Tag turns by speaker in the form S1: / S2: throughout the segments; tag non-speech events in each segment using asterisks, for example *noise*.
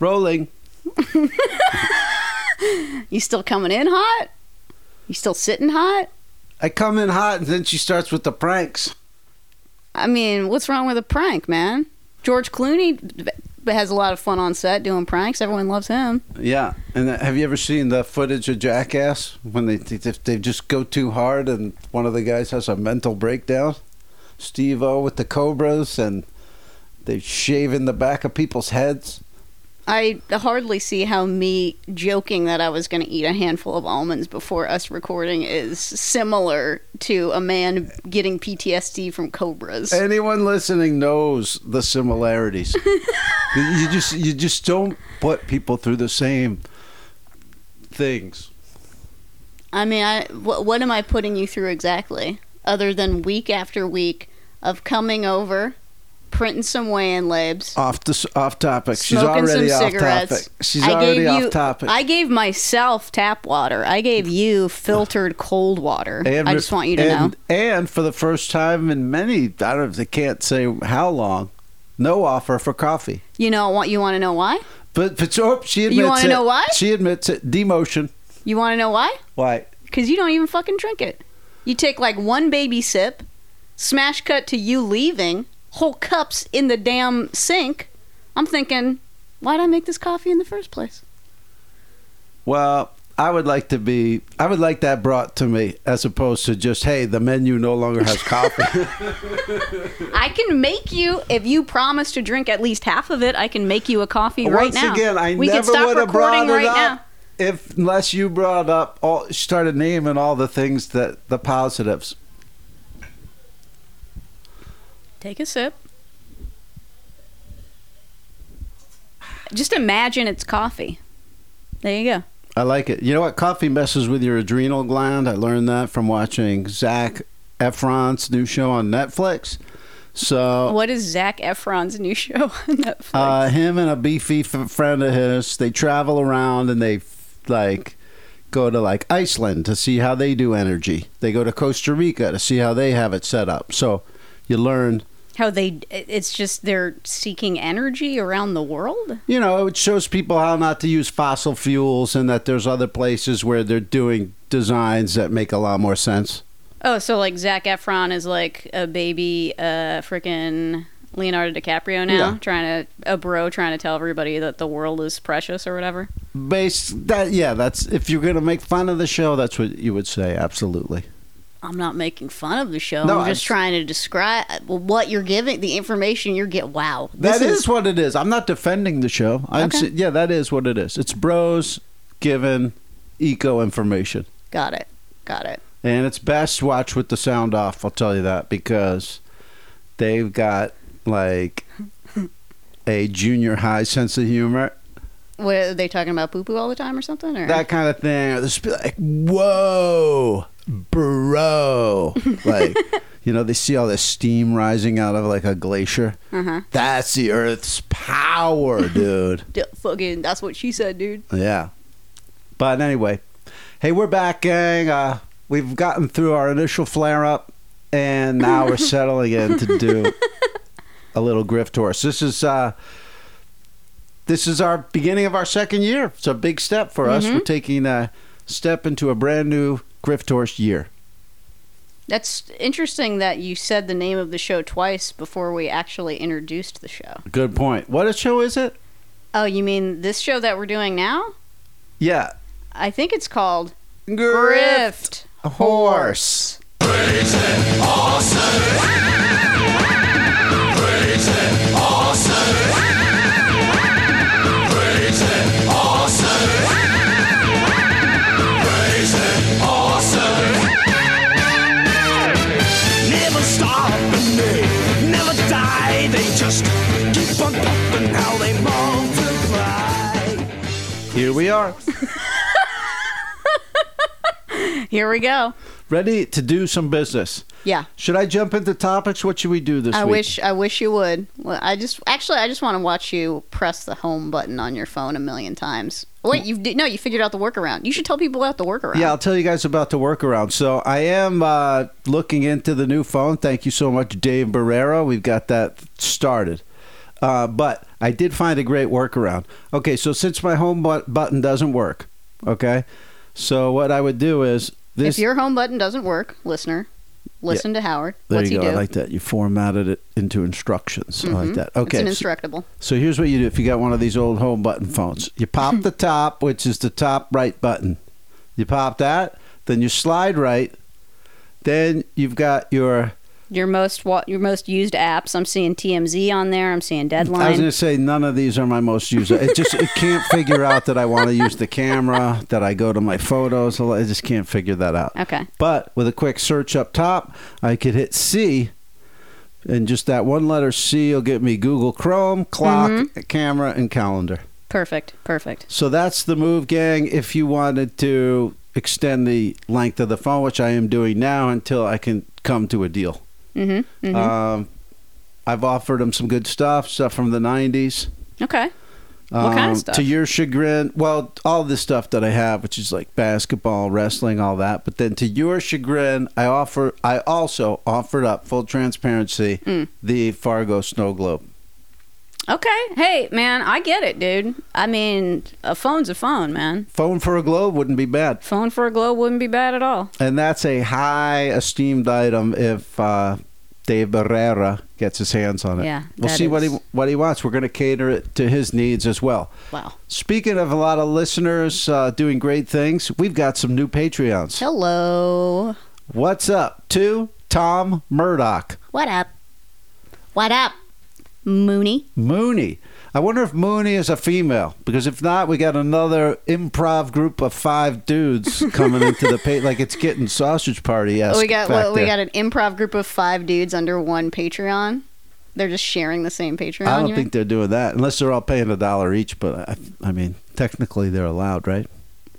S1: Rolling.
S2: You still coming in hot? You still sitting hot?
S1: I come in hot and then she starts with the pranks.
S2: I mean, what's wrong with a prank, man? George Clooney b- b- has a lot of fun on set doing pranks. Everyone loves him.
S1: Yeah. And uh, have you ever seen the footage of Jackass when they, they they just go too hard and one of the guys has a mental breakdown? Steve O with the Cobras and they shave in the back of people's heads.
S2: I hardly see how me joking that I was going to eat a handful of almonds before us recording is similar to a man getting PTSD from cobras.
S1: Anyone listening knows the
S2: *laughs*
S1: similarities. you just you just don't put people through the same things.
S2: I mean, I what, what am I putting you through exactly? Other than week after week of coming over, printing some weigh-in labs,
S1: Off the s- off topic. She's
S2: smoking
S1: already
S2: some
S1: off
S2: cigarettes.
S1: topic. She's
S2: I
S1: already
S2: gave you,
S1: off topic.
S2: I gave myself tap water. I gave you filtered cold water. I
S1: re-
S2: just want you to
S1: and,
S2: know.
S1: And for the first time in many, I don't. I can't say how long. No offer for coffee.
S2: You know what? You want to know why?
S1: But but oh, she admits
S2: wanna
S1: it.
S2: know why?
S1: She admits it. Demotion.
S2: You want to know why?
S1: Why?
S2: Because you don't even fucking drink it. You take like one baby sip, smash cut to you leaving, whole cups in the damn sink. I'm thinking, why'd I make this coffee in the first place?
S1: Well, I would like to be. I would like that brought to me as opposed to just hey, the menu no longer
S2: *laughs*
S1: has coffee.
S2: I can make you if you promise to drink at least half of it. I can make you a coffee right
S1: Once
S2: now.
S1: again, I
S2: we
S1: never
S2: can stop
S1: would have brought
S2: recording
S1: it
S2: right
S1: up
S2: now.
S1: if unless you brought up all started naming all the things that the positives.
S2: Take a sip. Just imagine it's coffee. There you go.
S1: I like it. You know what? Coffee messes with your adrenal gland. I learned that from watching Zach Efron's new show on Netflix. So,
S2: What is Zach Efron's new *laughs* show on Netflix?
S1: Oh. uh, him and a beefy f- friend of his, they travel around and they like go to like Iceland to see how they do energy. They go to Costa Rica to see how they have it set up. So, you learn
S2: How they? It's just they're seeking energy around the world.
S1: you know, it shows people how not to use fossil fuels and that there's other places where they're doing designs that make a lot more sense.
S2: Oh, so like Zach Efron is like a baby, uh, freaking Leonardo DiCaprio now,
S1: Yeah.
S2: trying to a bro trying to tell everybody that the world is precious or whatever.
S1: Based that yeah, that's if you're gonna make fun of the show, that's what you would say, absolutely.
S2: I'm not making fun of the show.
S1: No,
S2: I'm just
S1: I-
S2: trying to describe what you're giving, the information you're getting. Wow,
S1: That
S2: This
S1: is, what it is. I'm not defending the show. I'm
S2: Okay.
S1: s- yeah, that is what it is. It's bros given eco information.
S2: got it, got it.
S1: And it's best watch with the sound off, I'll tell you that, because they've got like a junior high sense of humor
S2: What are they talking about? Poo poo all the time or something? Or
S1: that kind of thing. Or just be like, whoa, bro. Like, you know, they see all this steam rising out of like a glacier.
S2: Uh-huh.
S1: That's the Earth's power, dude.
S2: D- fucking, that's what she said, dude.
S1: yeah. But anyway, hey, we're back, gang. Uh, we've gotten through our initial flare up, and now we're settling in to do a little grift horse. This is. Uh, this is our beginning of our second year. It's a big step for us. We're taking a step into a brand new Griftors year.
S2: That's interesting that you said the name of the show twice before we actually introduced the show.
S1: Good point. What a show is it?
S2: Oh, you mean this show that we're doing now?
S1: Yeah.
S2: I think it's called Grift.
S1: Horse.
S3: Never stop and they never die. They just keep on popping how they multiply.
S1: Here we are.
S2: Here we go.
S1: Ready to do some business.
S2: Yeah.
S1: Should I jump into topics? What should we do this
S2: I
S1: week?
S2: wish I wish you would. Well, I just actually I just want to watch you press the home button on your phone a million times. Wait,
S1: Hmm.
S2: you did no, you figured out the workaround. You should tell people about the workaround.
S1: Yeah, I'll tell you guys about the workaround. So I am uh, looking into the new phone. Thank you so much, Dave Barrera. We've got that started. Uh, but I did find a great workaround. Okay, so since my home but- button doesn't work, okay, so what I would do is this.
S2: if your home button doesn't work, listener, listen to Howard.
S1: there
S2: What's
S1: you go.
S2: he
S1: I
S2: do? Mm-hmm.
S1: like that. You formatted it into instructions. I like that. Okay.
S2: it's
S1: so-
S2: an instructable.
S1: So here's what you do if you got one of these old home button phones. You pop the top, which is the top right button. You pop that, then you slide right. Then you've got your
S2: Your most wa- your most used apps. I'm seeing TMZ on there. I'm seeing
S1: I was
S2: Deadline.
S1: going to say none of these are my most used. It just it can't figure out that I want to use the camera, that I go to my photos. a lot. I just can't figure that out.
S2: Okay.
S1: But with a quick search up top, I could hit C, and just that one letter C will get me Google Chrome, clock, camera, and calendar.
S2: Perfect. Perfect.
S1: So that's the move, gang. If you wanted to extend the length of the phone, which I am doing now until I can come to a deal.
S2: Mm-hmm. hmm
S1: Um, I've offered them some good stuff, stuff from the 90s.
S2: okay. What kind of stuff?
S1: To your chagrin, well, all this stuff that I have, which is like basketball, wrestling, all that. But then, to your chagrin, I offer. I also offered up full transparency
S2: Mm.
S1: the Fargo snow globe.
S2: Okay. Hey, man, I get it, dude. I mean, a phone's a phone, man.
S1: Phone for a globe wouldn't be bad.
S2: Phone for a globe wouldn't be bad at all.
S1: And that's a high esteemed item if uh, Dave Barrera gets his hands on it.
S2: Yeah,
S1: We'll
S2: that
S1: see what he
S2: is-
S1: what he wants. We're going to cater it to his needs as well.
S2: Wow.
S1: Speaking of a lot of listeners uh, doing great things, we've got some new Patreons.
S2: Hello.
S1: What's up to Tom Murdoch?
S2: What up? What up, Mooney?
S1: Mooney. I wonder if Mooney is a female because if not, we got another improv group of five
S2: *laughs*
S1: dudes coming into the pa- like it's getting sausage party. Yes,
S2: Oh, we got well, we got an improv group of five dudes under one Patreon. They're just sharing the same Patreon.
S1: I don't
S2: you
S1: think they're doing that unless they're all paying a dollar each. But I, I mean, technically they're allowed, right?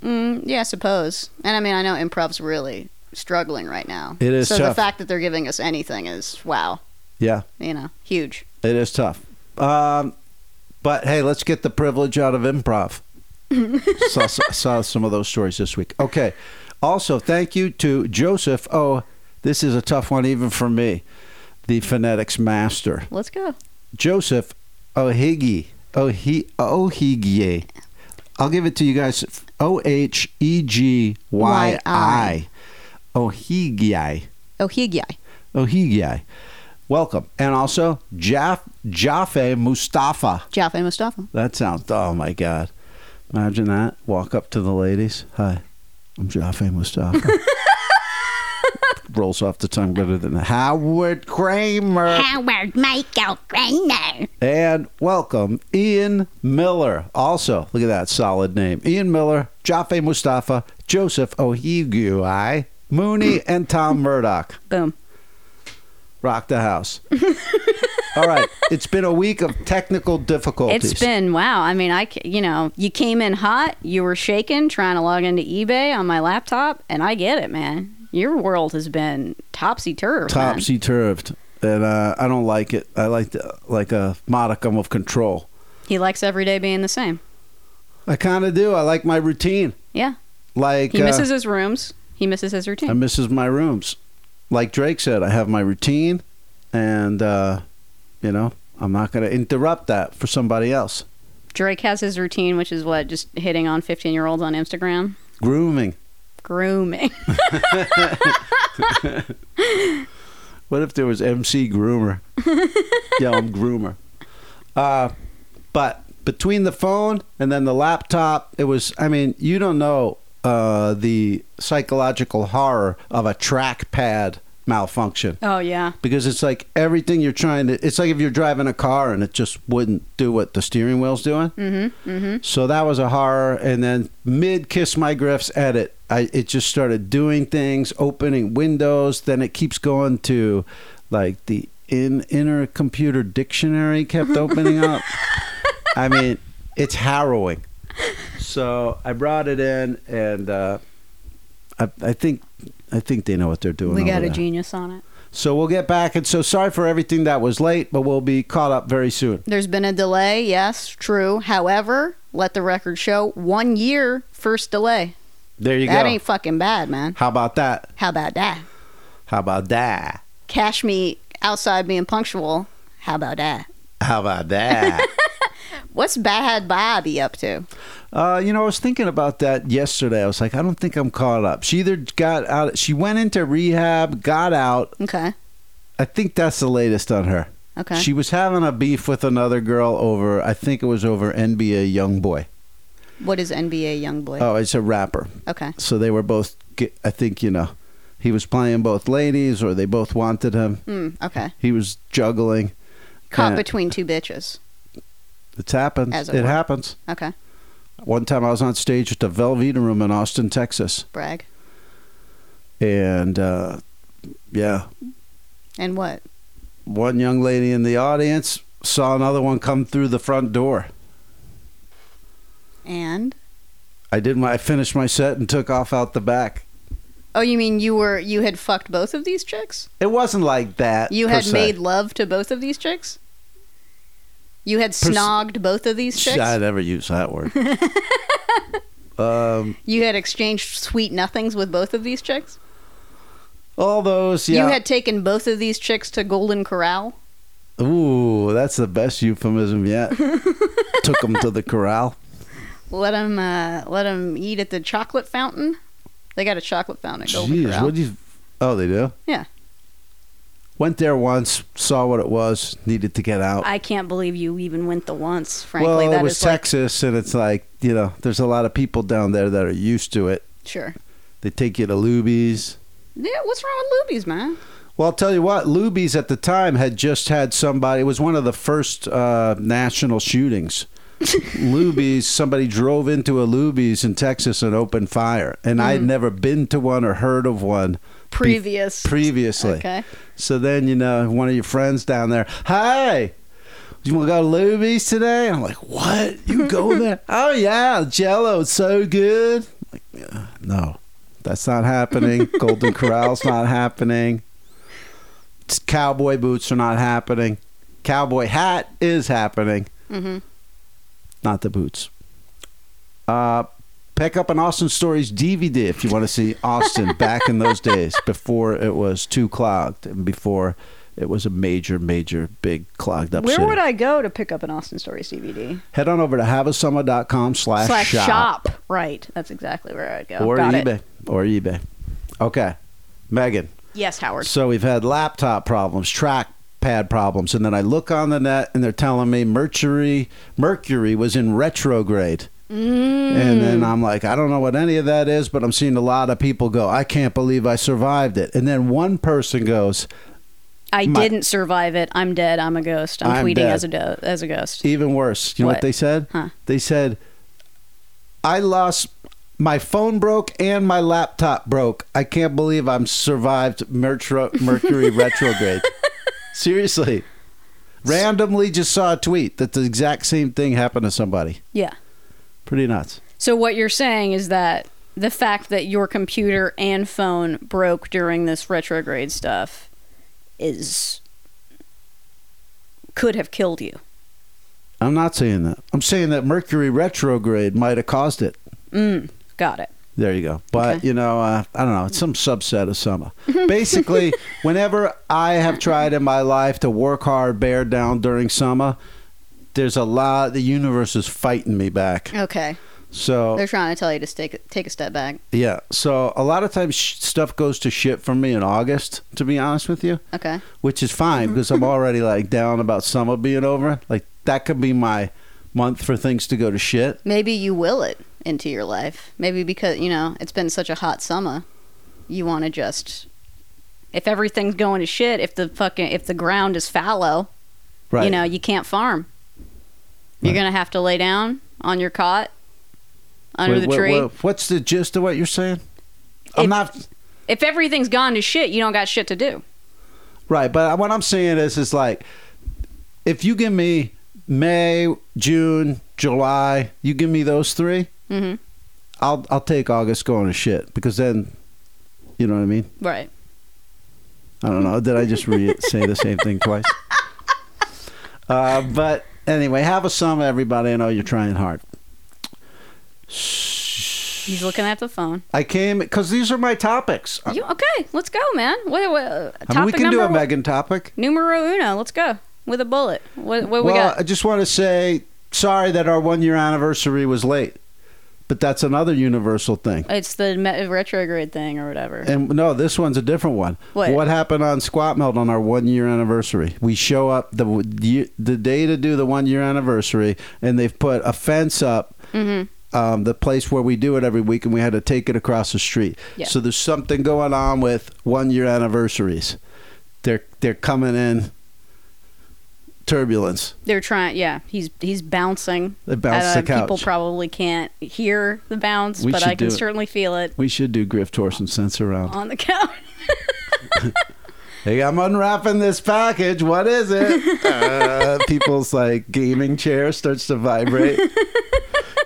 S2: mean? Mm, yeah, I suppose. And I mean, I know improv's really struggling right now.
S1: It is
S2: So the
S1: tough.
S2: fact that they're giving us anything is wow.
S1: Yeah,
S2: You know, huge.
S1: it is tough. Um, but hey, let's get the privilege out of improv. saw, saw some of those stories this week. Okay. Also, thank you to Joseph. Oh, this is a tough one even for me, the phonetics master.
S2: Let's go.
S1: Joseph Ohigi. Ohi- Ohigie. I'll give it to you guys. O H E G Y I. Ohigie.
S2: Oh, Higyai.
S1: Ohigie. Welcome. And also, Jaf- Jaffe Mustafa.
S2: Jaffe Mustafa.
S1: That sounds, oh my God. Imagine that. Walk up to the ladies. Hi, I'm
S4: *laughs*
S1: Jaffe Mustafa. Rolls off the tongue better than Howard Kramer.
S4: Howard Michael Grainer.
S1: And welcome, Ian Miller. Also, look at that solid name. Ian Miller, Jaffe Mustafa, Joseph Ohigui,
S4: *coughs*
S1: Mooney, and Tom Murdoch.
S2: Boom.
S1: Rock
S4: *laughs*
S1: the house. All right. It's been a week of technical difficulties.
S2: It's been wow. I mean, I c- you know, you came in hot, you were shaking trying to log into eBay on my laptop, and I get it, man. Your world has been topsy turvy.
S1: topsy turved. And uh, I don't like it. I like the, like a modicum of control.
S2: He likes every day being the same.
S1: I kind of do. I like my routine.
S2: Yeah,
S1: Like
S2: he
S1: uh,
S2: misses his rooms. He misses his
S1: I
S2: routine.
S1: misses my rooms. Like Drake said, I have my routine, and uh, you know I'm not going to interrupt that for somebody else.
S2: Drake has his routine, which is what just hitting on fifteen-year-olds on Instagram,
S1: Grooming.
S2: grooming.
S1: What if there was MC Groomer? yeah, I'm Groomer. Uh, but between the phone and then the laptop, it was. I mean, you don't know uh, the psychological horror of a trackpad malfunction.
S2: oh yeah,
S1: because it's like everything you're trying to it's like if you're driving a car and it just wouldn't do what the steering wheel's doing mm-hmm, mm-hmm. so that was a horror and then mid kiss my griff's edit I, it just started doing things opening windows then it keeps going to like the in inner computer dictionary
S2: *laughs*
S1: kept opening up i mean it's harrowing so i brought it in and uh, I, I think i think they know what they're doing
S2: we
S1: over
S2: got a
S1: there.
S2: genius on it.
S1: So we'll get back. And so sorry for everything that was late, but we'll be caught up very soon.
S2: There's been a delay, yes, true. However, let the record show one year first delay.
S1: There you
S2: that
S1: go.
S2: ain't fucking bad, man.
S1: How about that?
S2: How about that?
S1: How about that?
S2: Cash me outside being punctual. How about that?
S1: How about
S2: *laughs*
S1: that?
S2: What's Bad Bobby up to?
S1: Uh, you know, I was thinking about that yesterday. I was like, I don't think I'm caught up. She either got out, she went into rehab, got out.
S2: Okay.
S1: I think that's the latest on her.
S2: Okay.
S1: She was having a beef with another girl over, I think it was over NBA Youngboy.
S2: what is NBA Youngboy?
S1: Oh, it's a rapper.
S2: Okay.
S1: So they were both, ge- I think, you know, he was playing both ladies or they both wanted him.
S2: Mm, okay.
S1: He was juggling.
S2: Caught
S1: Yeah.
S2: between two bitches.
S1: It's happened.
S2: As it
S1: it
S2: were.
S1: happens.
S2: Okay.
S1: One time I was on stage at the Velveeta Room in Austin, Texas.
S2: Brag.
S1: And uh, yeah,
S2: And what?
S1: one young lady in the audience saw another one come through the front door.
S2: And
S1: I did my I finished my set and took off out the back.
S2: oh, you mean you were you had fucked both of these chicks?
S1: It wasn't like that.
S2: You
S1: per
S2: had
S1: se.
S2: made love to both of these chicks. You had
S1: se-
S2: snogged both of these chicks.
S1: I never use that word.
S2: *laughs*
S1: um,
S2: You had exchanged sweet nothings with both of these chicks.
S1: all those. Yeah.
S2: You had taken both of these chicks to Golden Corral.
S1: Ooh, that's the best euphemism
S2: *laughs*
S1: yet. took them to the corral.
S2: Let them uh, let them eat at the chocolate fountain. They got a chocolate fountain at Golden
S1: Jeez,
S2: Corral.
S1: what do you? Oh, they do.
S2: Yeah.
S1: Went there once, saw what it was, needed to get out.
S2: I can't believe you even went the once. Frankly,
S1: well,
S2: that
S1: it was
S2: is like
S1: Texas, and it's like you know, there's a lot of people down there that are used to it.
S2: sure.
S1: They take you to Luby's.
S2: Yeah, what's wrong with Lubies, man?
S1: Well, I'll tell you what, Luby's at the time had just had somebody, it was one of the first uh, national
S2: *laughs*
S1: shootings. Luby's, somebody drove into a Luby's in Texas and opened fire. And I'd
S2: Mm.
S1: never been to one or heard of one
S2: Previous.
S1: previously.
S2: Okay.
S1: So then, you know, one of your friends down there, hey, you want to go to Luby's today? And I'm like, what? You
S2: *laughs*
S1: go there? oh, yeah, Jello, it's so good. I'm like, "Yeah, no, that's not
S2: *laughs*
S1: happening. Golden Corral's not happening. It's- Cowboy boots are not happening. Cowboy hat is happening,
S2: Mm-hmm.
S1: not the boots. Uh, pick up an Austin Stories DVD if you want to see Austin
S2: *laughs*
S1: back in those days before it was too clogged and before it was a major, major, big clogged up
S2: Where
S1: city.
S2: would I go to pick up an Austin Stories DVD?
S1: Head on over to havasummer.com slash
S2: Slash
S1: shop,
S2: shop. Right. That's exactly where I'd go.
S1: or
S2: Got it.
S1: eBay. Or eBay. Okay. Megan.
S2: Yes, Howard.
S1: So we've had laptop problems, track pad problems, and then I look on the net and they're telling me Mercury Mercury was in retrograde.
S2: Mm.
S1: And then I'm like, I don't know what any of that is, but I'm seeing a lot of people go, I can't believe I survived it. And then one person goes,
S2: I
S1: my-
S2: didn't survive it. I'm dead. I'm a ghost. I'm,
S1: I'm
S2: tweeting
S1: dead.
S2: as a do- as a ghost.
S1: even worse. You know what,
S2: What?
S1: they said?
S2: Huh.
S1: They said, I lost my phone broke and my laptop broke. I can't believe I'm survived
S2: *laughs*
S1: Mertro- Mercury retrograde. Seriously. Randomly just saw a tweet that the exact same thing happened to somebody.
S2: Yeah.
S1: Pretty nuts.
S2: So what you're saying is that the fact that your computer and phone broke during this retrograde stuff is could have killed you.
S1: I'm not saying that. I'm saying that Mercury retrograde might have caused it.
S2: Mm. Got it.
S1: There you go. But
S2: Okay.
S1: you know, uh, I don't know. It's some subset of
S2: *laughs*
S1: summer. Basically, whenever I have tried in my life to work hard, bear down during summer, there's a lot. The universe is fighting me back.
S2: Okay.
S1: So
S2: They're trying to tell you to take take a step back.
S1: yeah. So a lot of times sh- stuff goes to shit for me in August. To be honest with you,
S2: Okay. Mm-hmm.
S1: which is fine because I'm already like down about summer being over. Like that could be my month for things to go to shit.
S2: Maybe you will it into your life. Maybe because, you know, it's been such a hot summer, you want to just if everything's going to shit, if the fucking if the ground is fallow,
S1: Right.
S2: you know, you can't farm. You're
S1: Right.
S2: going to have to lay down on your cot under
S1: Wait,
S2: the
S1: what-
S2: tree.
S1: what- what's the gist of what you're saying? I'm
S2: If-
S1: not.
S2: If everything's gone to shit, you don't got shit to do.
S1: Right, but what I'm saying is, is like, if you give me May, June, July, you give me those three,
S2: Mhm.
S1: I'll I'll take August going to shit because then, you know what I mean.
S2: Right.
S1: I don't know. Did I just
S2: *laughs*
S1: re- say the same thing twice? Uh, but anyway, have a summer, everybody. I know you're trying hard.
S2: He's looking at the phone.
S1: I came because these are my topics.
S2: You okay? Let's go, man. What, what
S1: Uh, I mean, we
S2: topic
S1: can do a
S2: number one-
S1: Megan topic.
S2: numero uno. Let's go. with a bullet. What, what we
S1: well,
S2: got?
S1: I just want to say sorry that our one year anniversary was late, but that's another universal thing.
S2: It's the me- retrograde thing or whatever.
S1: And no, this one's a different one.
S2: What?
S1: happened on Squat Melt on our one year anniversary? We show up the w- year- the day to do the one year anniversary, and they've put a fence up.
S2: Mm-hmm.
S1: Um, the place where we do it every week, and we had to take it across the street.
S2: Yeah.
S1: So there's something going on with one year anniversaries. They're they're coming in turbulence.
S2: They're trying. Yeah, he's he's bouncing. Uh,
S1: They bounce the couch.
S2: People probably can't hear the bounce,
S1: We
S2: but
S1: should
S2: I can
S1: do it.
S2: certainly feel it
S1: We should do Griff Torsen sense around.
S2: on the *laughs* couch.
S1: Hey, I'm unwrapping this package. What is
S2: *laughs*
S1: it? uh, people's like gaming chair starts to
S2: *laughs*
S1: vibrate.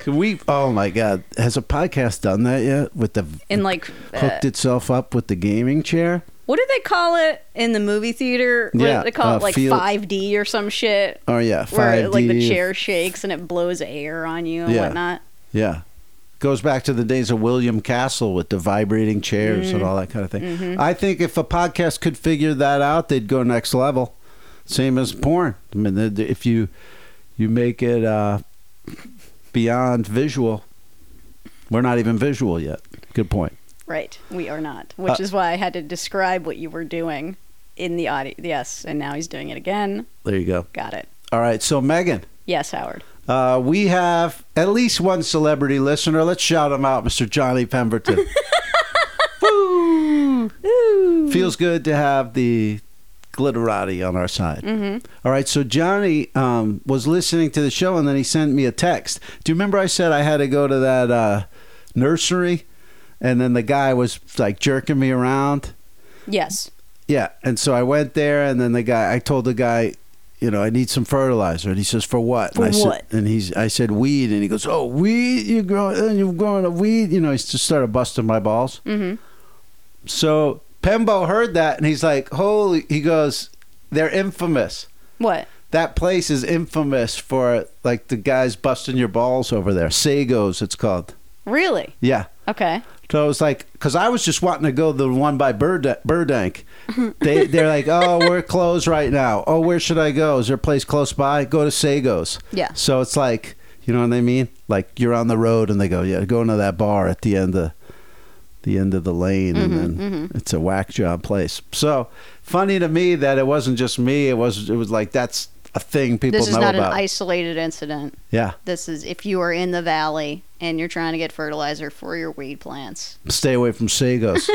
S1: Can we? Oh my God, has a podcast done that yet? With the
S2: And like, uh,
S1: hooked itself up with the gaming chair.
S2: what do they call it in the movie theater? What
S1: Yeah,
S2: do they call
S1: uh,
S2: it like
S1: feel-
S2: 5D or some shit,
S1: Oh yeah,
S2: where
S1: five
S2: like the chair shakes and it blows air on you and
S1: Yeah.
S2: whatnot.
S1: Yeah. Goes back to the days of William Castle with the vibrating chairs and all that kind of thing. I think if a podcast could figure that out, they'd go next level. Same as porn. I mean, the- the- if you you make it uh, beyond visual, we're not even visual yet. Good point.
S2: Right, we are not, which
S1: Uh,
S2: is why I had to describe what you were doing in the audio. Yes, and now he's doing it again.
S1: There you go.
S2: Got it.
S1: All right. So Megan,
S2: Yes, Howard.
S1: uh, we have at least one celebrity listener. Let's shout him out, Mr. Johnny Pemberton.
S2: Ooh.
S1: feels good to have the glitterati on our side. All right, so Johnny um, was listening to the show and then he sent me a text. Do you remember I said I had to go to that uh, nursery and then the guy was like jerking me around?
S2: Yes.
S1: Yeah, and so I went there and then the guy, I told the guy, you know, I need some fertilizer, and he says, "For what?"
S2: For
S1: and I
S2: what?
S1: Said, and he's, I said, "Weed," and he goes, "Oh, weed! You growing? You're growing a weed?" You know, he just started busting my balls.
S2: Mm-hmm.
S1: So Pembo heard that and he's like, "Holy!" He goes, "They're infamous.
S2: What?
S1: That place is infamous for like the guys busting your balls over there. Sagos, it's called.
S2: Really?
S1: Yeah."
S2: Okay.
S1: So I was like, because I was just wanting to go the one by Burd- Burdank. They they're like, oh, we're closed right now. Oh, where should I go? Is there a place close by? Go to Sagos.
S2: Yeah.
S1: So it's like, you know what I mean? Like you're on the road and they go, yeah, go into that bar at the end of the end of the lane,
S2: Mm-hmm,
S1: and then it's a whack job place. So funny to me that it wasn't just me. It was it was like that's a thing people
S2: This is
S1: know
S2: not
S1: about.
S2: an isolated incident.
S1: yeah.
S2: This is if you are in the valley and you're trying to get fertilizer for your weed plants.
S1: Stay away from Sagos.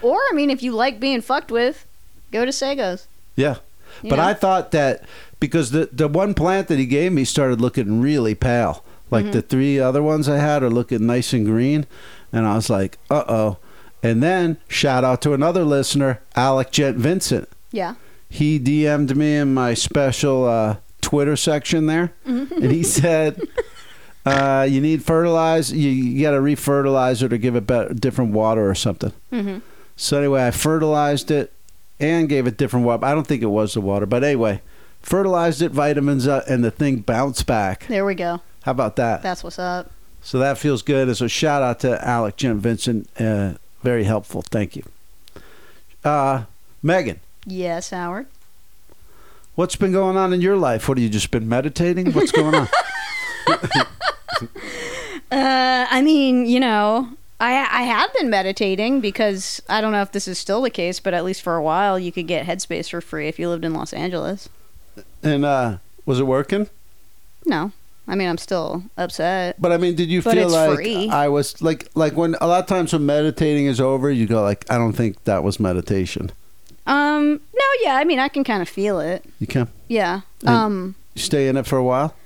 S2: Or, I mean, if you like being fucked with, go to Sego's.
S1: Yeah.
S2: You
S1: but
S2: know?
S1: I thought that because the the one plant that he gave me started looking really pale. Like the three other ones I had are looking nice and green. And I was like, uh oh. And then shout out to another listener, Alec Gent Vincent.
S2: Yeah.
S1: He DM'd me in my special uh, Twitter section there. And he said, uh, you need fertilizer. You, you got to refertilize it or give it better, different water or something.
S2: Mm-hmm.
S1: So anyway, I fertilized it and gave it different water. I don't think it was the water, but anyway, fertilized it, vitamins, uh, and the thing bounced back.
S2: There we go.
S1: How about that?
S2: That's what's up.
S1: So that feels good. And so shout out to Alec, Jim, Vincent. Uh, very helpful. Thank you. Uh, Megan,
S2: Yes, Howard.
S1: what's been going on in your life? What have you just been meditating? What's going
S2: *laughs*
S1: on?
S2: Uh, I mean, you know, I I have been meditating because I don't know if this is still the case, but at least for a while, you could get Headspace for free if you lived in Los Angeles.
S1: And uh, was it working?
S2: No, I mean, I'm still upset.
S1: But I mean, did you
S2: But
S1: feel
S2: it's
S1: like
S2: free.
S1: I was like like when a lot of times when meditating is over, you go like, I don't think that was meditation.
S2: Um, no, yeah, I mean, I can kind of feel it.
S1: You can
S2: Yeah.
S1: Mm.
S2: Um,
S1: you stay in it for a while.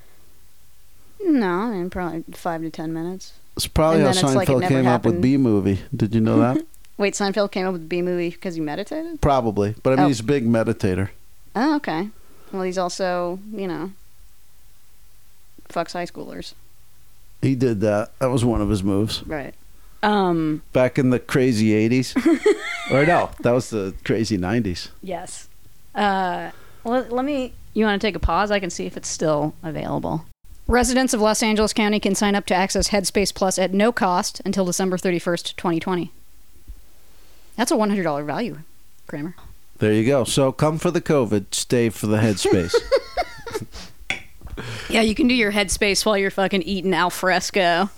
S2: no, I mean, probably five to ten minutes.
S1: It's probably
S2: And
S1: how
S2: then it's like it
S1: Seinfeld
S2: never
S1: came up with
S2: happened.
S1: B movie. Did you know
S2: *laughs*
S1: that?
S2: Wait, Seinfeld came up with B movie because he meditated?
S1: probably, but I mean,
S2: Oh.
S1: he's a big meditator.
S2: Oh, okay. Well, he's also, you know, fucks high schoolers.
S1: He did that. That was one of his moves
S2: Right. Um,
S1: back in the crazy
S2: *laughs*
S1: '80s, or no, that was the crazy '90s.
S2: yes. Uh, let, let me. You want to take a pause? I can see if it's still available. Residents of Los Angeles County can sign up to access Headspace Plus at no cost until December 31st, 2020. That's a $100 value, Kramer.
S1: There you go. So come for the COVID, stay for the
S2: *laughs*
S1: headspace.
S2: Yeah, you can do your headspace while you're fucking eating al fresco,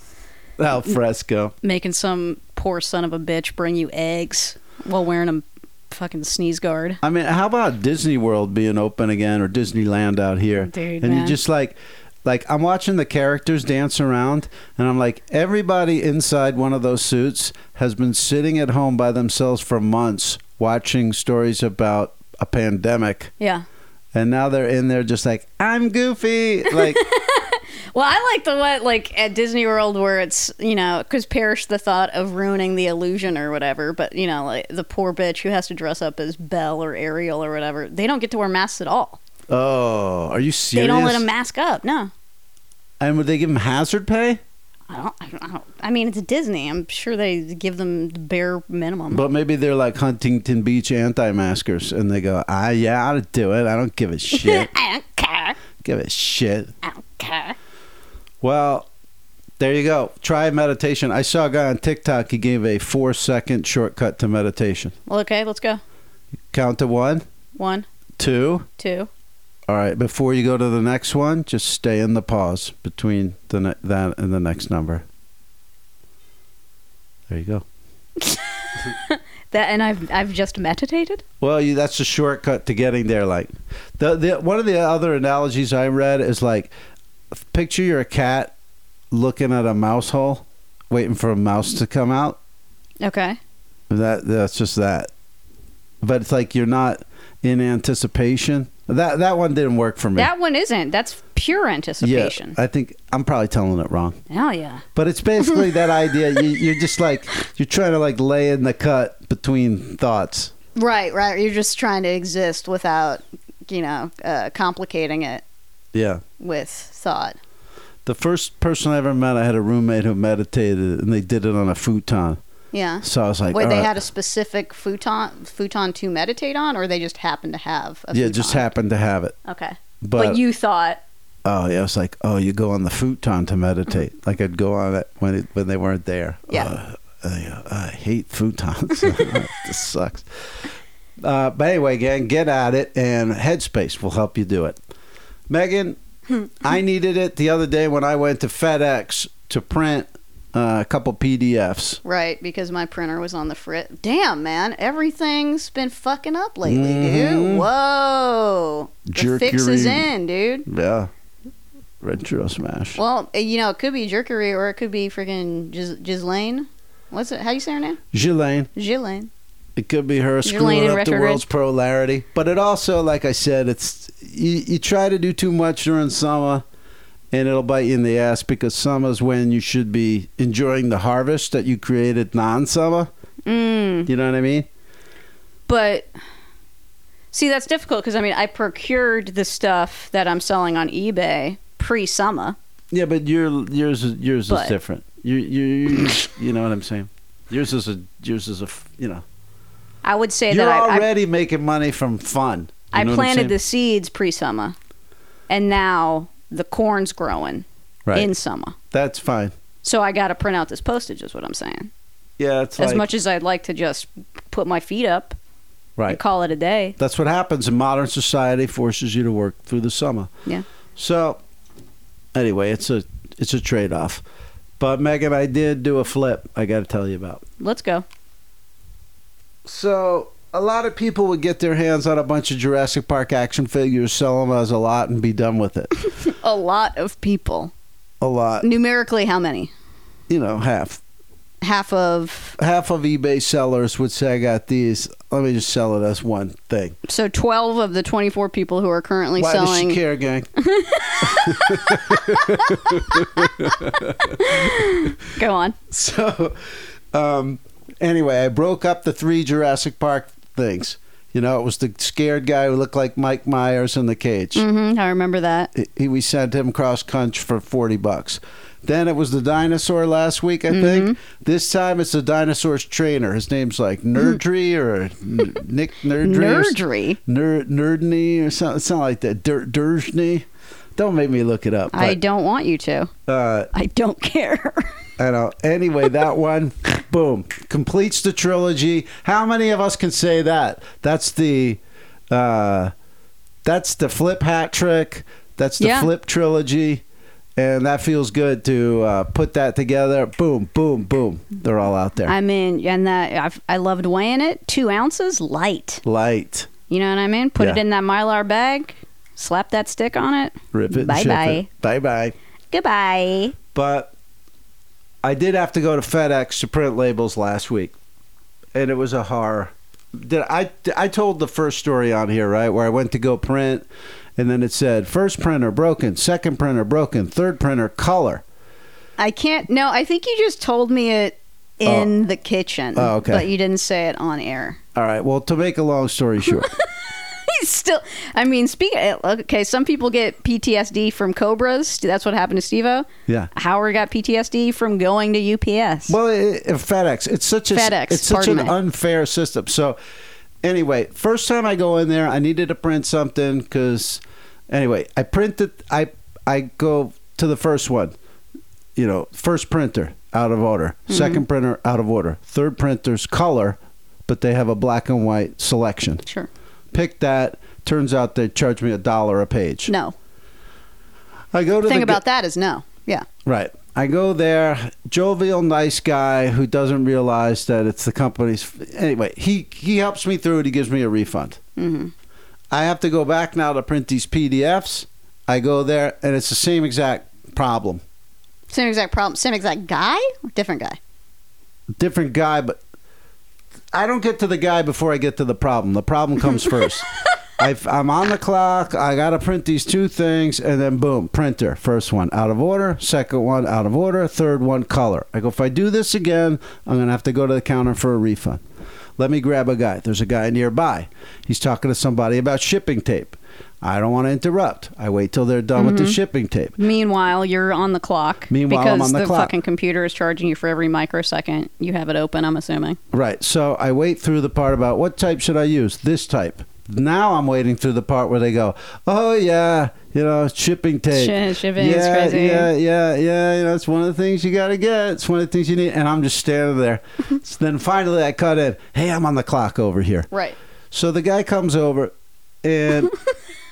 S1: Al fresco.
S2: making some poor son of a bitch bring you eggs while wearing a fucking sneeze guard.
S1: I mean, how about Disney World being open again or Disneyland out here?
S2: Dude,
S1: and
S2: man.
S1: you just like like I'm watching the characters dance around and I'm like everybody inside one of those suits has been sitting at home by themselves for months watching stories about a pandemic
S2: Yeah.
S1: and now they're in there just like I'm goofy
S2: *laughs*
S1: like
S2: Well, I like the one like at Disney World where it's you know because perish the thought of ruining the illusion or whatever. But you know, like the poor bitch who has to dress up as Belle or Ariel or whatever, they don't get to wear masks at all.
S1: oh are you serious
S2: They don't let them mask up. No,
S1: and would they give them hazard pay
S2: I don't. I, don't, I, don't, I mean, it's Disney. I'm sure they give them the bare minimum.
S1: but maybe they're like Huntington Beach anti-maskers and they go ah yeah I'll do it I don't give
S2: *laughs*
S1: a shit
S4: I don't care.
S1: give a shit
S4: I don't care.
S1: Well, there you go. Try meditation. I saw a guy on TikTok. He gave a four second shortcut to meditation.
S2: Well, okay, let's go.
S1: Count to one,
S2: One,
S1: two.
S2: two.
S1: All right. Before you go to the next one, just stay in the pause between the ne- that and the next number. There you go.
S2: That and I've I've just meditated.
S1: Well, you, that's a shortcut to getting there. Like, the, the one of the other analogies I read is like, picture you're a cat looking at a mouse hole, waiting for a mouse to come out.
S2: Okay.
S1: That that's just that. But it's like you're not in anticipation. That that one didn't work for me.
S2: That one isn't. That's pure
S1: yeah,
S2: anticipation.
S1: I think I'm probably telling it wrong.
S2: Hell yeah.
S1: But it's
S2: *laughs*
S1: basically that idea. You, you're just like you're trying to like lay in the cut between thoughts.
S2: Right, right. You're just trying to exist without, you know, uh, complicating it
S1: Yeah.
S2: with thought.
S1: The first person I ever met, I had a roommate who meditated, and they did it on a futon.
S2: Yeah.
S1: So I was like,
S2: Wait,
S1: all
S2: they
S1: right.
S2: had a specific futon futon to meditate on, or they just happened to have a
S1: yeah,
S2: futon?
S1: just happened to have it.
S2: Okay. But,
S1: But,
S2: you thought,
S1: oh yeah, I was like, oh, you go on the futon to meditate. like I'd go on it when it, when they weren't there.
S2: Yeah.
S1: Uh, I, I hate futons. *laughs* this sucks. Uh, but anyway, gang, get at it, and Headspace will help you do it. Megan, I needed it the other day when I went to FedEx to print uh, a couple PDFs.
S2: right, because my printer was on the frit. Damn, man, everything's been fucking up lately, dude. Whoa. The fix is
S1: Mm-hmm. Jerkery.
S2: in, dude.
S1: Yeah. Retro Smash.
S2: Well, eh, you know, it could be Jerkery or it could be freaking Gis- Gislaine. What's it? How do you say her name?
S1: Ghislaine.
S2: Ghislaine.
S1: It could be her
S2: laying
S1: screwing
S2: in
S1: up the
S2: retrograde.
S1: world's polarity. But it also, like I said, it's you, you try to do too much during summer, and it'll bite you in the ass because summer's when you should be enjoying the harvest that you created non-summer.
S2: Mm.
S1: You know what I mean?
S2: but see that's difficult because i mean i procured the stuff that i'm selling on ebay pre-summer
S1: Yeah, but your yours is yours
S2: But-
S1: is different. You you you, you know what I'm saying? Yours is a yours is a f- you know
S2: i would say
S1: you're
S2: that I-
S1: already making money from fun. You
S2: i, I
S1: know what I'm
S2: planted
S1: saying?
S2: the seeds pre-summer and now the corn's growing
S1: right.
S2: in summer
S1: That's fine.
S2: so i gotta print out this postage is what i'm saying
S1: Yeah, it's
S2: as
S1: like-
S2: much as i'd like to just put my feet up
S1: right.
S2: and call it a day
S1: That's what happens in modern society forces you to work through the summer.
S2: Yeah.
S1: So anyway, it's a it's a trade off. But Megan, I did do a flip I gotta tell you about.
S2: let's go
S1: So a lot of people would get their hands on a bunch of Jurassic Park action figures, sell them as a lot and be done with it.
S2: a lot of people
S1: a
S2: *laughs*
S1: lot.
S2: numerically how many
S1: You know, half.
S2: half of
S1: Half of eBay sellers would say I got these. Let me just sell it as one thing.
S2: so 12 of the 24 people who are currently
S1: Why
S2: selling
S1: does she care, gang?
S2: go on
S1: *laughs* So, um, anyway, I broke up the three Jurassic Park things. You know, it was the scared guy who looked like Mike Myers in the cage.
S2: Mm-hmm, I remember that.
S1: He, we sent him cross country for 40 bucks. Then it was the dinosaur last week,
S2: Mm-hmm.
S1: I think. This time it's the dinosaur's trainer. His name's like Nerdry or N- Nick Nerdry. or s-
S2: Mm. Nerdry.
S1: Ner- Nerdney or something, something like that. Der- Dershney. Don't make me look it up.
S2: I
S1: But,
S2: don't want you to.
S1: uh,
S2: I don't care. *laughs*
S1: I know. Anyway, uh, that one, Boom. Completes the trilogy. How many of us can say that? That's the uh that's the flip hat trick. That's the
S2: Yeah.
S1: flip trilogy. And that feels good to uh, put that together. Boom, boom, boom. They're all out there.
S2: I mean, and that I've, I loved weighing it. Two ounces, light.
S1: Light.
S2: You know what I mean? Put it
S1: Yeah.
S2: in that mylar bag. Slap that stick on it.
S1: Rip it.
S2: Bye bye.
S1: Bye bye.
S2: Goodbye.
S1: but I did have to go to FedEx to print labels last week, and it was a horror. Did I? I told the first story on here right where I went to go print, and then it said first printer broken, second printer broken, third printer color.
S2: I can't. No, I think you just told me it in the kitchen.
S1: Oh, okay.
S2: But you didn't say it on air. *laughs*
S1: All right. Well, to make a long story short,
S2: Still, I mean, speak. eh, Okay, some people get PTSD from cobras. That's what happened to Steve-O.
S1: yeah.
S2: Howard got PTSD from going to UPS.
S1: Well, it, it- FedEx. It's such a
S2: FedEx,
S1: It's such an
S2: pardon me.
S1: unfair system. So, anyway, first time I go in there, I needed to print something because, anyway, I printed. I I go to the first one. You know, first printer out of order,
S2: Mm-hmm.
S1: second printer out of order, third printer's color, but they have a black and white selection.
S2: sure.
S1: Pick that. Turns out they charge me a dollar a page.
S2: No.
S1: I go to
S2: The thing
S1: the
S2: about that is no. Yeah.
S1: Right. I go there, jovial, nice guy who doesn't realize that it's the company's. Anyway, he, he helps me through it. He gives me a refund.
S2: Mhm.
S1: I have to go back now to print these PDFs. I go there, and it's the same exact problem.
S2: Same exact problem. Same exact guy. Different guy.
S1: Different guy, but I don't get to the guy before I get to the problem. The problem comes first. I've, I'm on the clock. I got to print these two things, and then boom, printer. First one out of order, second one out of order, third one color. I go, if I do this again, I'm going to have to go to the counter for a refund. Let me grab a guy. There's a guy nearby. He's talking to somebody about shipping tape. I don't want to interrupt. I wait till they're done with the shipping tape.
S2: Meanwhile, you're on the clock.
S1: Meanwhile,
S2: because
S1: I'm on the clock.
S2: fucking computer is charging you for every microsecond you have it open. I'm assuming.
S1: Right. So I wait through the part about what type should I use? This type. Now I'm waiting through the part where they go, oh yeah, you know, shipping tape.
S2: Shi- shipping is
S1: yeah,
S2: crazy.
S1: Yeah, yeah, yeah. You know, it's one of the things you got to get. It's one of the things you need. And I'm just standing
S2: *laughs*
S1: there. so then finally I cut in. Hey, I'm on the clock over here.
S2: Right.
S1: So the guy comes over, and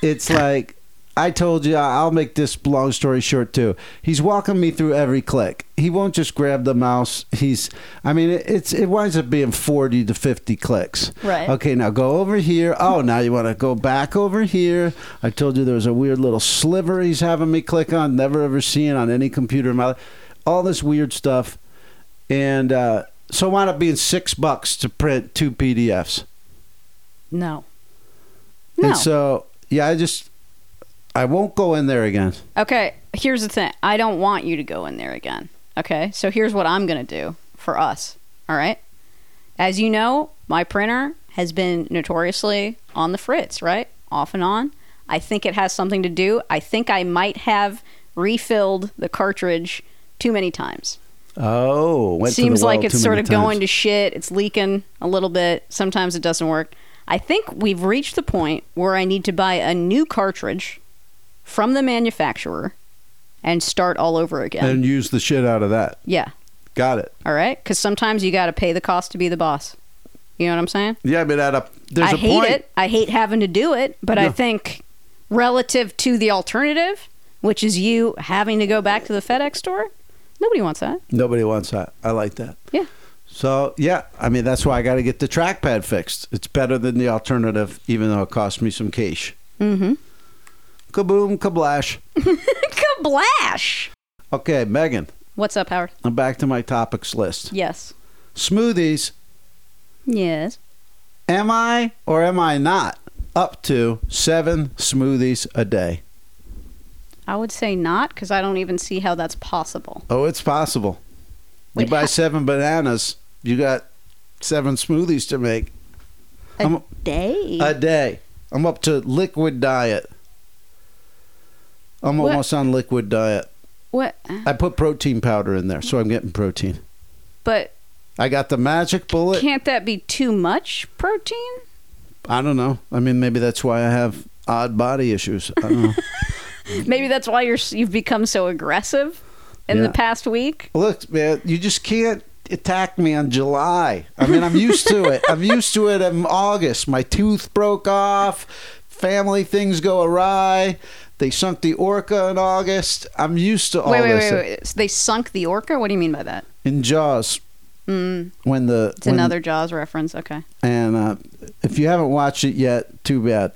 S1: it's like, I told you, I- I'll make this long story short too. He's walking me through every click. He won't just grab the mouse. He's, I mean, it- it's it winds up being forty to fifty clicks.
S2: Right.
S1: Okay, now go over here. Oh, now you want to go back over here. I told you there was a weird little sliver he's having me click on. Never ever seen on any computer in my life. All this weird stuff, and uh, so it wound up being six bucks to print two PDFs.
S2: No. No.
S1: And so, yeah, I just, I won't go in there again.
S2: Okay, here's the thing. I don't want you to go in there again. Okay, so here's what I'm going to do for us. All right. As you know, my printer has been notoriously on the fritz, right? Off and on. I think it has something to do. I think I might have refilled the cartridge too many times.
S1: Oh, went to the
S2: Seems
S1: well
S2: like
S1: too
S2: it's sort
S1: many
S2: of going to
S1: times.
S2: shit. It's leaking a little bit. Sometimes it doesn't work. I think we've reached the point where I need to buy a new cartridge from the manufacturer and start all over again.
S1: and use the shit out of that.
S2: yeah.
S1: Got it.
S2: All right. Because sometimes you got to pay the cost to be the boss. You know what I'm saying?
S1: Yeah, I mean, at a, there's
S2: I
S1: a
S2: hate
S1: point.
S2: it. I hate having to do it. But I
S1: Yeah.
S2: think relative to the alternative, which is you having to go back to the FedEx store, nobody wants that.
S1: Nobody wants that. I like that.
S2: Yeah.
S1: So yeah, I mean, that's why I got to get the trackpad fixed. It's better than the alternative, even though it cost me some cash.
S2: Mm-hmm. *laughs*
S1: Kaboom, kablash.
S2: Kablash!
S1: Okay, Megan,
S2: What's up, Howard?
S1: I'm back to my topics list.
S2: Yes.
S1: Smoothies.
S2: Yes.
S1: Am I or am I not up to seven smoothies a day?
S2: I would say not because I don't even see how that's possible.
S1: Oh, it's possible.
S2: Wait,
S1: you buy
S2: ho-
S1: seven bananas, you got seven smoothies to make
S2: A
S1: I'm-
S2: day?
S1: a day. I'm up to liquid diet. I'm
S2: What?
S1: almost on liquid diet.
S2: what?
S1: I put protein powder in there, so I'm getting protein.
S2: But
S1: I got the magic bullet.
S2: can't that be too much protein?
S1: I don't know. I mean, maybe that's why I have odd body issues. I don't know.
S2: Maybe that's why you're s- you've become so aggressive in
S1: Yeah.
S2: the past week.
S1: Look, man, you just can't attacked me on July. I mean, I'm used to it. I'm used to it in August. My tooth broke off. Family things go awry. They sunk the orca in August. I'm used to all
S2: wait, wait,
S1: this
S2: wait, wait. So they sunk the orca. What do you mean by that?
S1: in Jaws.
S2: Mm,
S1: When the
S2: it's
S1: when-
S2: another Jaws reference. Okay.
S1: and uh, if you haven't watched it yet, too bad.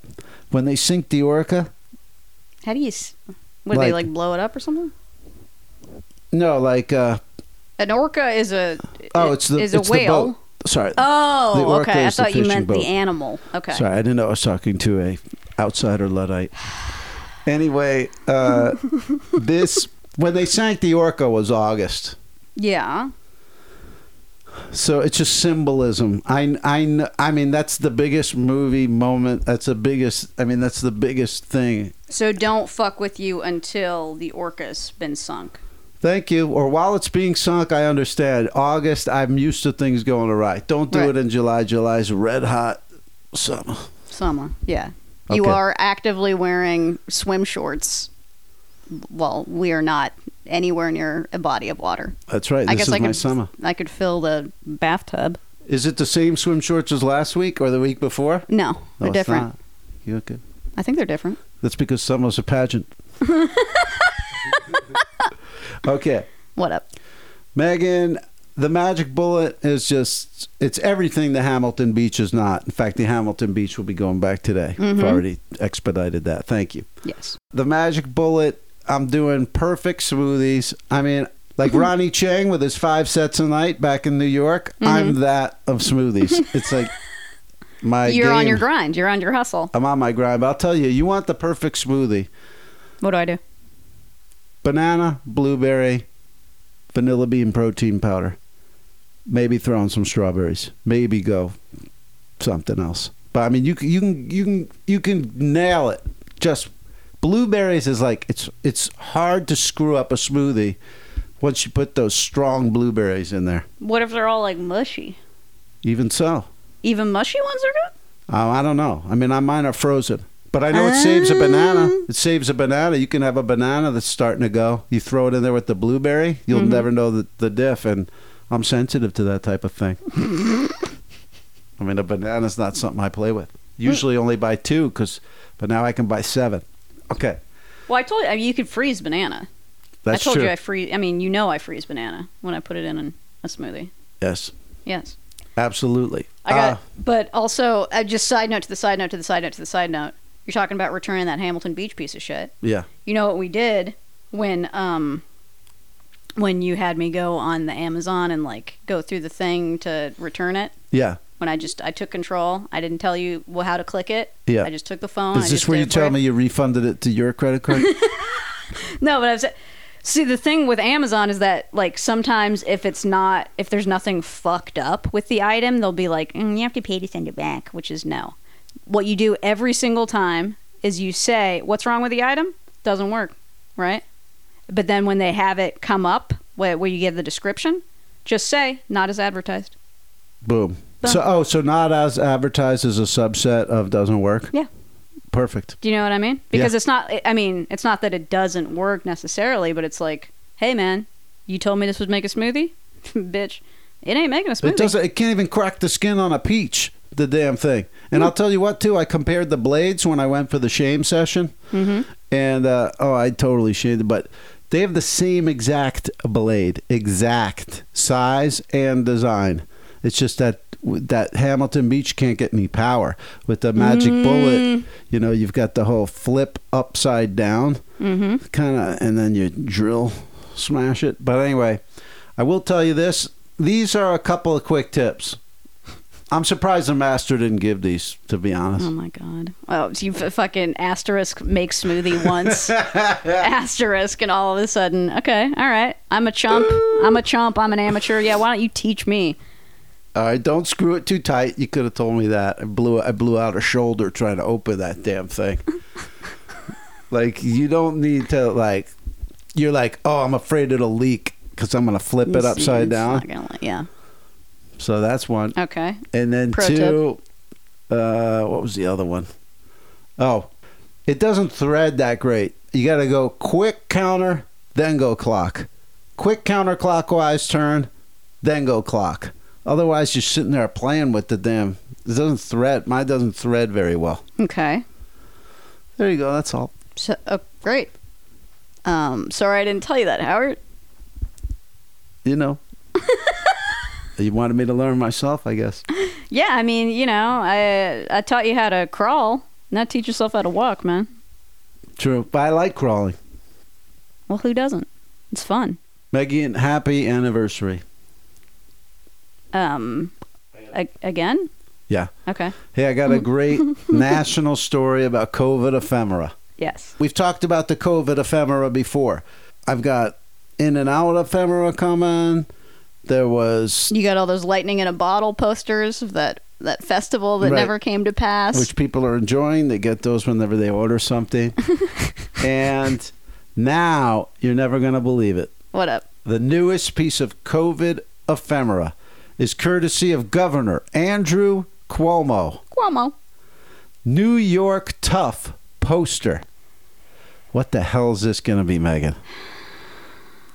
S1: When they sink the orca,
S2: How do you? s- What do they
S1: Like-
S2: like blow it up or something?
S1: no, like uh,
S2: An orca is a
S1: oh, it's the
S2: is a
S1: it's
S2: whale.
S1: the boat. Sorry, The
S2: Oh,
S1: orca
S2: okay. I
S1: is the
S2: thought you
S1: fishing
S2: meant
S1: boat.
S2: the animal. Okay.
S1: Sorry, I didn't know I was talking to a outsider luddite. Anyway,
S2: *laughs*
S1: uh, this when they sank the orca was August,
S2: Yeah.
S1: so it's just symbolism. I, I, kn- I mean that's the biggest movie moment. That's the biggest. I mean that's the biggest thing.
S2: So don't fuck with you until the orca's been sunk.
S1: Thank you. Or while it's being sunk, I understand. August, I'm used to things going awry. Don't do
S2: Right.
S1: it in July. July's red hot summer.
S2: Summer. Yeah. You
S1: Okay.
S2: are actively wearing swim shorts. Well, we are not anywhere near a body of water.
S1: That's right.
S2: I
S1: this
S2: guess
S1: is
S2: I
S1: my
S2: could
S1: summer.
S2: I could fill the bathtub.
S1: Is it the same swim shorts as last week or the week before?
S2: No, they're
S1: Oh, it's
S2: different.
S1: not. You okay?
S2: I think they're different.
S1: That's because summer's a
S2: *laughs*
S1: pageant. okay.
S2: What up?
S1: Megan, the magic bullet is just, it's everything the Hamilton Beach is not. In fact, the Hamilton Beach will be going back today.
S2: Mm-hmm.
S1: I've already expedited that. Thank you.
S2: Yes.
S1: The magic bullet, I'm doing perfect smoothies. I mean,
S2: *laughs*
S1: like Ronnie Chang with his five sets a night back in New York, I'm
S2: Mm-hmm.
S1: that of smoothies. it's like my
S2: You're on
S1: game-
S2: your grind. You're on your hustle.
S1: I'm on my grind. But I'll tell you, you want the perfect smoothie.
S2: What do I do?
S1: banana, blueberry, vanilla bean protein powder. Maybe throw in some strawberries. Maybe go something else. But I mean, you can you can you can you can nail it. Just blueberries is like it's it's hard to screw up a smoothie once you put those strong blueberries in there.
S2: What if they're all like mushy?
S1: Even so,
S2: Even mushy ones are good.
S1: uh, I don't know. I mean, I mine are frozen. But I know it saves a
S2: Um.
S1: banana. It saves a banana. You can have a banana that's starting to go. You throw it in there with the blueberry. You'll
S2: Mm-hmm.
S1: never know the, the diff. And I'm sensitive to that type of thing.
S2: *laughs*
S1: I mean, a banana's not something I play with.
S2: Hmm.
S1: Usually only buy two, cause, but now I can buy seven. Okay,
S2: Well, I told you I mean, you could freeze banana.
S1: that's
S2: I told
S1: true.
S2: you I freeze. I mean, you know I freeze banana when I put it in an, a smoothie.
S1: yes,
S2: Yes.
S1: absolutely.
S2: I got.
S1: Uh,
S2: but also, uh, just side note to the side note to the side note to the side note. You're talking about returning that Hamilton Beach piece of shit.
S1: yeah,
S2: You know what we did when um when you had me go on the Amazon and like go through the thing to return it.
S1: yeah.
S2: When I just I took control. I didn't tell you wh- how to click it.
S1: Yeah.
S2: I just took the phone. Oh, I
S1: Is this
S2: just
S1: where
S2: did
S1: you
S2: it for
S1: tell me you refunded it to your credit card?
S2: No, but I was. See, the thing with Amazon is that like sometimes if it's not if there's nothing fucked up with the item, they'll be like, mm, you have to pay to send it back, which is no. What you do every single time is you say, "What's wrong with the item?" Doesn't work, right? But then when they have it come up where, where you give the description, just say, "Not as advertised."
S1: Boom.
S2: Boom.
S1: So oh, so not as advertised is a subset of doesn't work.
S2: Yeah.
S1: Perfect.
S2: Do you know what I mean? Because
S1: Yeah.
S2: it's not. I mean, it's not that it doesn't work necessarily, but it's like, hey, man, you told me this would make a smoothie, *laughs* bitch. It ain't making a smoothie.
S1: It doesn't. It can't even crack the skin on a peach. The damn thing. And I'll tell you what too. I compared the blades when I went for the shame session, mm-hmm. and uh, oh, I totally shamed. it, But they have the same exact blade, exact size and design. It's just that that Hamilton Beach can't get any power with the magic bullet. You know, you've got the whole flip upside down, mm-hmm. kind of, and then you drill, smash it. But anyway, I will tell you this: these are a couple of quick tips. I'm surprised the master didn't give these, to be honest.
S2: Oh my god! Oh, so you f- fucking asterisk make smoothie
S1: *laughs*
S2: once, asterisk, and all of a sudden, okay, all right, I'm a chump. I'm a chump. I'm an amateur. Yeah, why don't you teach me?
S1: All right, don't screw it too tight. You could have told me that. I blew I blew out a shoulder trying to open that damn thing. like you don't need to like. You're like, oh, I'm afraid it'll leak because I'm gonna flip it
S2: It's-
S1: upside
S2: it's
S1: down.
S2: not gonna li- yeah.
S1: So that's one.
S2: Okay.
S1: And then
S2: Pro
S1: two, uh, what was the other one? Oh, it doesn't thread that great. You got to go quick counter, then go clock. Quick counterclockwise turn, then go clock. Otherwise, you're sitting there playing with the damn. It doesn't thread. Mine doesn't thread very well.
S2: Okay.
S1: There you go. That's all.
S2: So, oh, great. Um, sorry I didn't tell you that, Howard.
S1: You know. you wanted me to learn myself, I guess.
S2: Yeah, I mean, you know, I I taught you how to crawl. Now teach yourself how to walk, man.
S1: True, but I like crawling.
S2: Well, who doesn't? It's fun.
S1: Maggie, and happy anniversary.
S2: Um, a- again?
S1: Yeah.
S2: Okay.
S1: Hey, I got a great national story about COVID ephemera.
S2: Yes.
S1: We've talked about the COVID ephemera before. I've got in and out ephemera coming. There was,
S2: You got all those lightning in a bottle posters of that that festival that
S1: Right.
S2: never came to pass.
S1: which people are enjoying. They get those whenever they order something. and now you're never going to believe it.
S2: what up?
S1: The newest piece of COVID ephemera is courtesy of Governor Andrew Cuomo.
S2: Cuomo.
S1: New York Tough poster. What the hell is this going to be, Megan?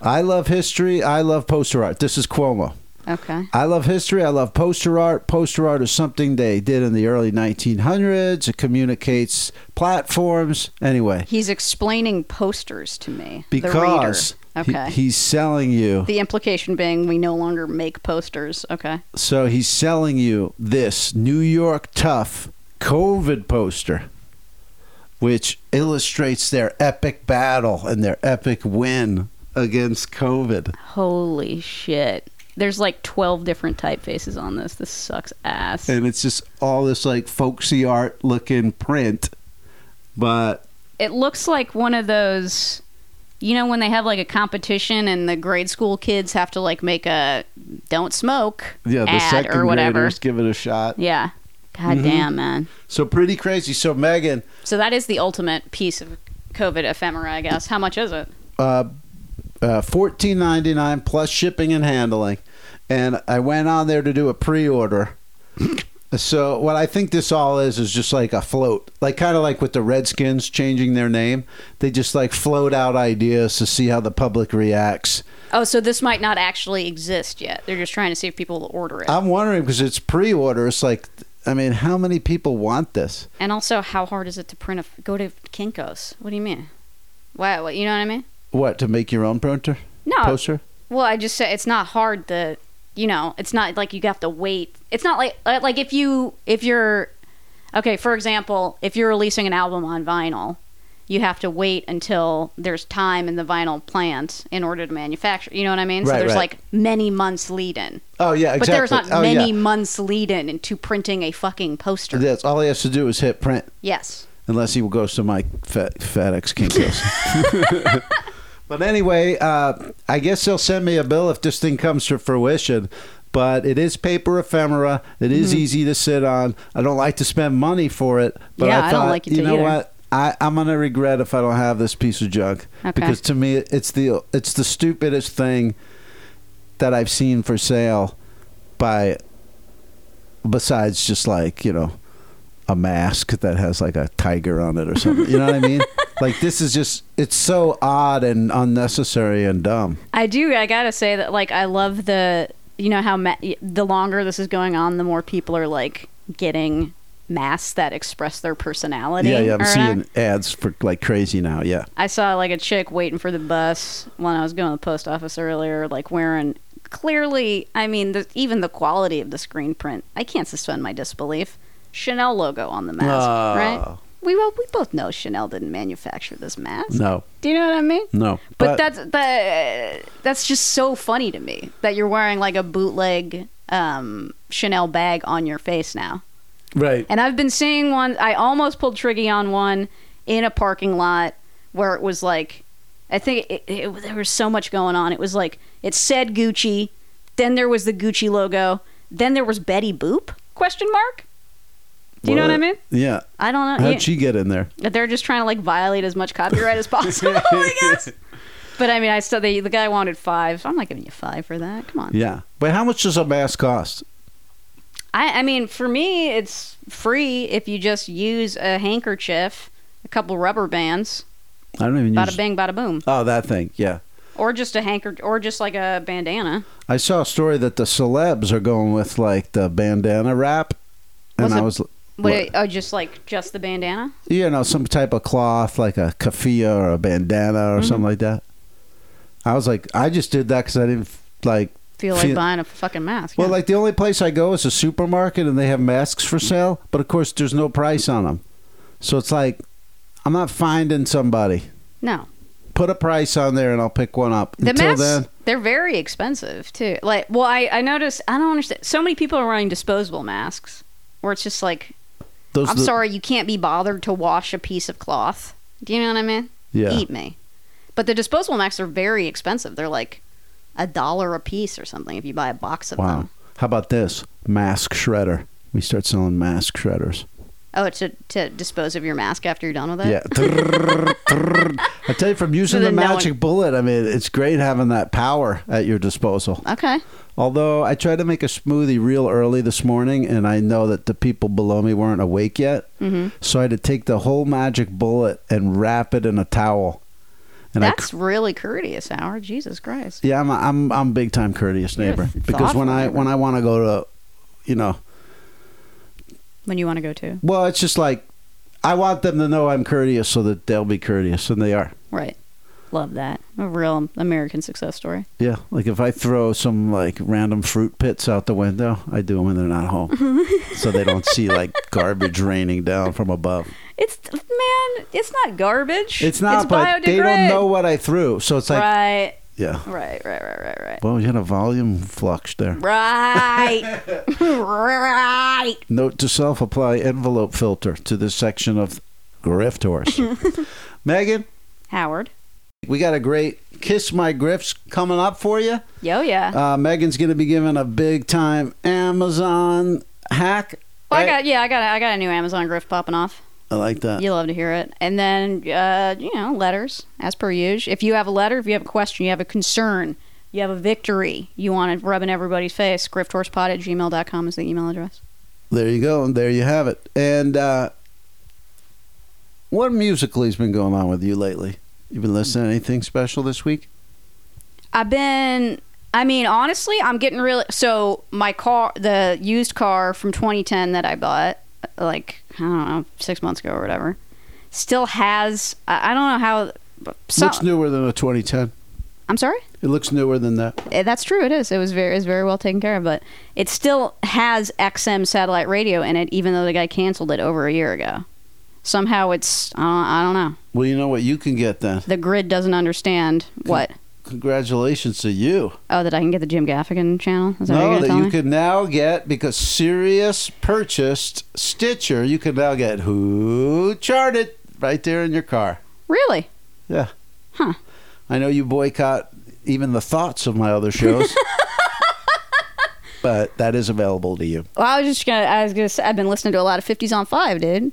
S1: I love history. I love poster art. This is Cuomo.
S2: Okay.
S1: I love history. I love poster art. Poster art is something they did in the early 1900s. It communicates platforms. Anyway,
S2: He's explaining posters to me. the reader.
S1: because he-
S2: okay.
S1: he's selling you.
S2: the implication being we no longer make posters. Okay.
S1: So he's selling you this New York Tough COVID poster, which illustrates their epic battle and their epic win against COVID.
S2: Holy shit. There's like 12 different typefaces on this. This sucks ass.
S1: And it's just all this like folksy art looking print, but
S2: It looks like one of those you know when they have like a competition and the grade school kids have to like make a don't smoke
S1: yeah, the
S2: ad
S1: second
S2: or whatever.
S1: graders Mm-hmm. give it a shot.
S2: Yeah. God damn, man.
S1: So pretty crazy. So Megan,
S2: So that is the ultimate piece of COVID ephemera, I guess. How much is it?
S1: uh, uh, fourteen ninety nine plus shipping and handling, and I went on there to do a pre order. so what I think this all is is just like a float, like kind of like with the Redskins changing their name. They just like float out ideas to see how the public reacts.
S2: Oh, so this might not actually exist yet. They're just trying to see if people will order it.
S1: I'm wondering because it's pre order. It's like, I mean, how many people want this?
S2: And also, how hard is it to print a go to Kinkos? What do you mean? Why? What you know what I mean?
S1: What to make your own printer
S2: No.
S1: poster?
S2: Well, I just said it's not hard to, you know, it's not like you have to wait. It's not like uh, like if you if you're okay. For example, if you're releasing an album on vinyl, you have to wait until there's time in the vinyl plant in order to manufacture. You know what I mean? so
S1: Right,
S2: there's
S1: right.
S2: like many months lead in.
S1: Oh yeah,
S2: But
S1: exactly.
S2: there's not
S1: oh,
S2: many
S1: Yeah.
S2: months lead in into printing a fucking poster.
S1: That's all he has to do is hit print.
S2: yes.
S1: unless he goes to my Fe- FedEx Kinkos.
S2: *laughs*
S1: but anyway, uh, I guess they'll send me a bill if this thing comes to fruition. But it is paper ephemera. It is
S2: Mm-hmm.
S1: easy to sit on. I don't like to spend money for it. But
S2: Yeah,
S1: I,
S2: I
S1: thought,
S2: don't like it
S1: you
S2: to
S1: know
S2: either.
S1: what? I, I'm gonna regret if I don't have this piece of junk
S2: Okay.
S1: because to me it's the it's the stupidest thing that I've seen for sale by besides just like you know a mask that has like a tiger on it or something you know what i
S2: *laughs*
S1: mean like this is just it's so odd and unnecessary and dumb
S2: I do. I gotta say that, like, I love the you know how ma- the longer this is going on, the more people are like getting masks that express their personality.
S1: yeah yeah
S2: or
S1: i'm
S2: whatever.
S1: seeing ads for like crazy now yeah
S2: I saw like a chick waiting for the bus when I was going to the post office earlier, like wearing clearly. I mean, the, even the quality of the screen print, I can't suspend my disbelief. Chanel logo on the mask,
S1: Oh.
S2: right? We well, we both know Chanel didn't manufacture this mask.
S1: no
S2: Do you know what I mean?
S1: no
S2: But, that's that, that's just so funny to me that you're wearing like a bootleg um, Chanel bag on your face now.
S1: right
S2: And I've been seeing one. I almost pulled Triggy on one in a parking lot where it was like, I think it, it, there was so much going on. It was like it said Gucci, then there was the Gucci logo, then there was Betty Boop question mark. Do you know what I mean?
S1: yeah
S2: I don't know.
S1: how'd
S2: You-
S1: she get in there
S2: that they're just trying to like violate as much copyright as
S1: *laughs*
S2: possible, I guess. But I mean, I still the, the guy wanted five. So I'm not giving you five for that. Come on.
S1: yeah but how much does a mask cost
S2: I, I mean, for me, it's free if you just use a handkerchief, a couple rubber bands,
S1: i don't even
S2: bada
S1: use
S2: bing, bada boom.
S1: oh that thing yeah
S2: or just a hanker, or just like a bandana.
S1: I saw a story that the celebs are going with like the bandana wrap, and
S2: Was
S1: I
S2: it-
S1: was,
S2: What?
S1: What?
S2: Oh, just like just the bandana.
S1: you know, some type of cloth like a keffiyeh or a bandana or
S2: Mm-hmm.
S1: something like that. I was like, I just did that because I didn't f- like.
S2: Feel like
S1: Feel-
S2: buying a fucking mask.
S1: Well,
S2: yeah.
S1: like the only place I go is a supermarket, and they have masks for sale, but of course there's no price on them, so it's like I'm not finding somebody.
S2: no,
S1: Put a price on there, and I'll pick one up.
S2: the
S1: Until
S2: masks
S1: then,
S2: they're very expensive too. Like, well, I I noticed I don't understand. So many people are wearing disposable masks, where it's just like,
S1: those
S2: I'm
S1: are the-
S2: sorry, you can't be bothered to wash a piece of cloth. Do you know what I mean?
S1: Yeah.
S2: Eat me. But the disposable masks are very expensive. They're like a dollar a piece or something if you buy a box of
S1: Wow.
S2: them.
S1: Um, How about this mask shredder? We start selling mask shredders.
S2: Oh, to to dispose of your mask after you're done with it. *laughs*
S1: Yeah. Trrrr, trrrr. I tell you, from using
S2: So
S1: the
S2: then no one-
S1: magic bullet, I mean, it's great having that power at your disposal.
S2: Okay.
S1: Although I tried to make a smoothie real early this morning, and I know that the people below me weren't awake yet,
S2: Mm-hmm.
S1: so I had to take the whole magic bullet and wrap it in a towel. And I
S2: That's really courteous, Howard. Jesus Christ.
S1: Yeah, I'm a, I'm I'm big time courteous
S2: You're a
S1: neighbor
S2: thoughtful
S1: because when I
S2: neighbor.
S1: when I want to go to, you know,
S2: When you want to go to.
S1: Well, it's just like I want them to know I'm courteous so that they'll be courteous, and they are.
S2: Right. Love that. A real American success story.
S1: Yeah, like if I throw some like random fruit pits out the window, I do them when they're not home, so they don't see like garbage raining down from above.
S2: It's man, it's not garbage.
S1: It's not, but they don't
S2: biodegrad-
S1: know what I threw, so it's like
S2: right.
S1: yeah.
S2: Right, right, right, right, right.
S1: Well, you had a volume flux there.
S2: Right. right.
S1: Note to self: apply envelope filter to this section of grift horse. Megan,
S2: *laughs* Howard.
S1: we got a great kiss my grifts coming up for you.
S2: Yo yeah.
S1: Uh, Megan's going to be giving a big time Amazon hack.
S2: well, I
S1: right?
S2: got yeah, I got a, I got a new Amazon grift popping off.
S1: I like that.
S2: You love to hear it. And then, uh, you know, letters, as per usual. If you have a letter, if you have a question, you have a concern, you have a victory you want to rub in everybody's face, grifthorspod at gmail.com is the email address.
S1: There you go. And there you have it. And uh, what musically has been going on with you lately? You been listening to anything special this week?
S2: I've been, I mean, honestly, I'm getting really. So, my car, the used car from 2010 that I bought, uh, like, I don't know, six months ago or whatever, still has, I, I don't know how. but some-
S1: looks newer than a 2010.
S2: I'm sorry?
S1: It looks newer than that.
S2: Eh, that's true. It is. It was very, it was very well taken care of, but it still has XM satellite radio in it, even though the guy canceled it over a year ago. Somehow it's I don't, I don't know.
S1: Well, you know what you can get then.
S2: The grid doesn't understand what.
S1: Congratulations to you.
S2: Oh, that I can get the Jim Gaffigan channel. Is that
S1: no,
S2: what you're gonna
S1: that
S2: tell
S1: you
S2: me?
S1: can now get because Sirius purchased Stitcher. You can now get Who Charted right there in your car.
S2: Really?
S1: Yeah.
S2: Huh.
S1: I know you boycott even the thoughts of my other
S2: *laughs*
S1: shows. but that is available to you.
S2: Well, I was just gonna. I was gonna. Say, I've been listening to a lot of fifties on five, dude.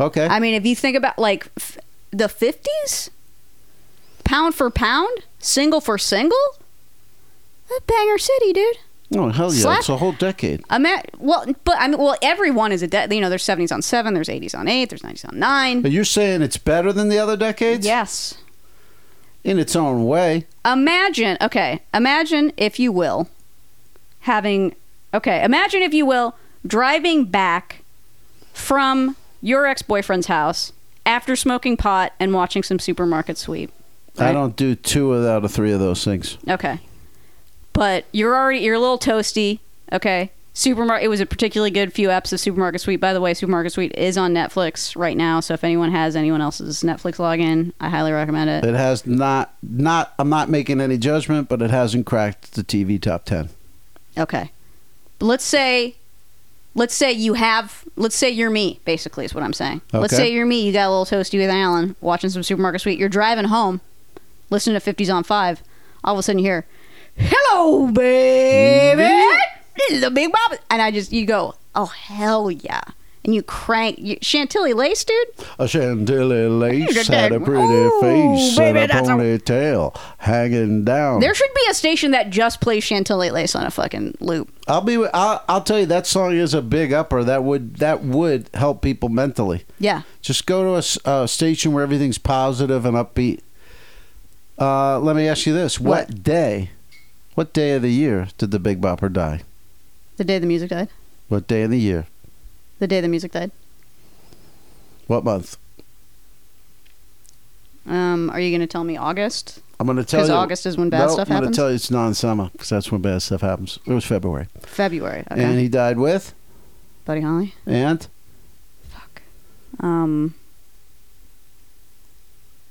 S1: Okay.
S2: I mean, if you think about like f- the fifties, pound for pound, single for single, that banger city, dude.
S1: oh, hell yeah.
S2: Slap-
S1: It's a whole decade.
S2: I'm at well, but I mean, well, everyone is a de- you know. There's 70s on seven. There's 80s on eight. There's 90s on nine.
S1: But you're saying it's better than the other decades?
S2: Yes.
S1: In its own way.
S2: Imagine. Okay. Imagine if you will, having. Okay. Imagine if you will driving back from your ex-boyfriend's house after smoking pot and watching some supermarket sweep.
S1: I
S2: Right.
S1: don't do two out of three of those things.
S2: Okay. But you're already you're a little toasty. Okay. Supermarket. It was a particularly good few eps of Supermarket Suite. By the way, Supermarket Suite is on Netflix right now. So if anyone has anyone else's Netflix login, I highly recommend it.
S1: It has not not I'm not making any judgment, but it hasn't cracked the TV top ten.
S2: Okay. But let's say, let's say you have. Let's say you're me. Basically, is what I'm saying. Let's
S1: Okay.
S2: say you're me. You got a little toasty with Alan, watching some Supermarket Suite. You're driving home, listening to 50s on five. All of a sudden, you hear, "Hello, baby, this is the Big Bob," and I just you go, "Oh hell yeah!" And you crank you, Chantilly lace, dude.
S1: A Chantilly lace
S2: You're
S1: had a
S2: dead.
S1: pretty
S2: Ooh,
S1: face
S2: baby,
S1: and a
S2: that's a-
S1: ponytail hanging down.
S2: There should be a station that just plays Chantilly lace on a fucking loop.
S1: I'll be. I'll, I'll tell you that song is a big upper. That would that would help people mentally.
S2: Yeah.
S1: Just go to a s- a, station where everything's positive and upbeat. Uh, let me ask you this: what,
S2: What?
S1: day, what day of the year did the Big Bopper die?
S2: The day the music died.
S1: What day of the year?
S2: The day the music died.
S1: What month?
S2: Um, are you going to tell me August?
S1: I'm going to tell you.
S2: Because August is when bad
S1: Nope,
S2: stuff
S1: I'm going
S2: happens.
S1: to tell you it's non-summer because that's when bad stuff happens. It was February,
S2: February. Okay.
S1: and he died with
S2: Buddy Holly.
S1: and
S2: Fuck. Um.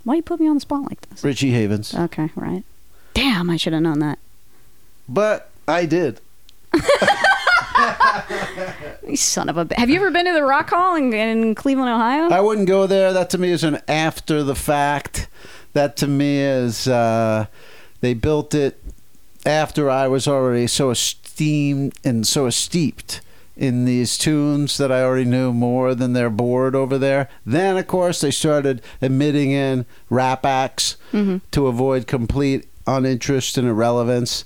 S2: Why you put me on the spot like this?
S1: Richie Havens.
S2: Okay, right. Damn, I should have known that.
S1: But I did.
S2: You son of a. bi- Have you ever been to the Rock Hall in, in Cleveland, Ohio?
S1: I wouldn't go there. That to me is an after the fact. That to me is uh, they built it after I was already so esteemed and so steeped in these tunes that I already knew more than their board over there. Then, of course, they started admitting in rap acts to avoid complete uninterest and irrelevance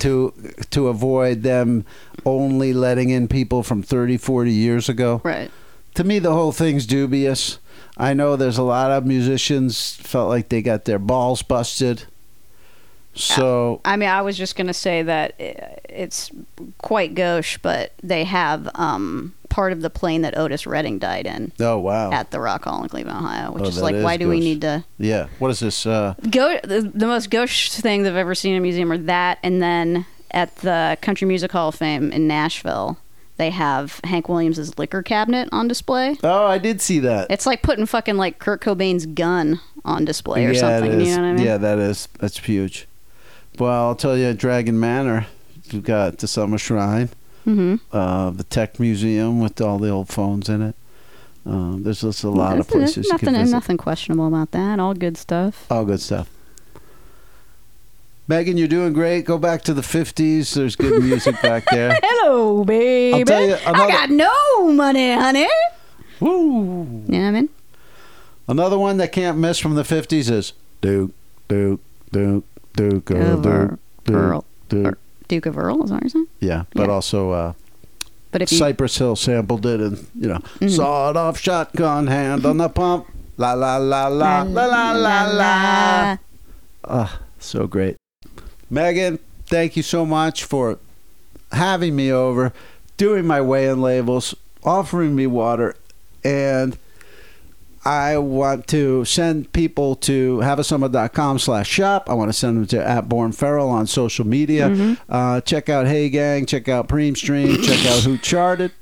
S1: to to avoid them only letting in people from 30 40 years ago
S2: right.
S1: to me the whole thing's dubious i know there's a lot of musicians felt like they got their balls busted so
S2: I mean, I was just gonna say that i- it's quite gauche, but they have um, part of the plane that Otis Redding died in
S1: oh wow
S2: at the Rock Hall in Cleveland, Ohio, which
S1: Oh,
S2: is
S1: that
S2: like,
S1: is
S2: why do we
S1: gauche.
S2: need to
S1: yeah what is this uh
S2: go? The, the most gauche things I've ever seen in a museum are that, and then at the Country Music Hall of Fame in Nashville, they have Hank Williams's liquor cabinet on display.
S1: oh i did see that
S2: It's like putting fucking like Kurt Cobain's gun on display or
S1: yeah,
S2: something.
S1: it
S2: You
S1: is.
S2: know what I mean?
S1: yeah that is that's huge well i'll tell you at dragon manor you've got the summer shrine
S2: Mm-hmm.
S1: uh the tech museum with all the old phones in it um, there's just a lot of places you
S2: nothing,
S1: can visit.
S2: nothing questionable about that. All good stuff.
S1: All good stuff. Megan, you're doing great. Go back to the 50s. There's *laughs* good music back there.
S2: Hello, baby.
S1: I'll tell you another-
S2: I got no money, honey.
S1: Woo!
S2: You know what I mean?
S1: Another one that can't miss from the 50s is Duke, Duke, Duke, Duke, girl, Duke,
S2: Over-
S1: Duke,
S2: Earl.
S1: Duke.
S2: Or Duke of Earl, is that what you're saying?
S1: Yeah, but
S2: Yeah.
S1: also uh,
S2: But if you.
S1: Cypress Hill sampled it and, you know, sawed off shotgun, hand on the pump. La la la la la la la la. Ah, so great. Megan, thank you so much for having me over, doing my weigh in labels, offering me water, and I want to send people to havasummer.com slash shop. I want to send them to at Born Feral on social media.
S2: Mm-hmm.
S1: Uh, check out Hey Gang, check out Preem
S2: *coughs*
S1: Stream, check out Who Charted.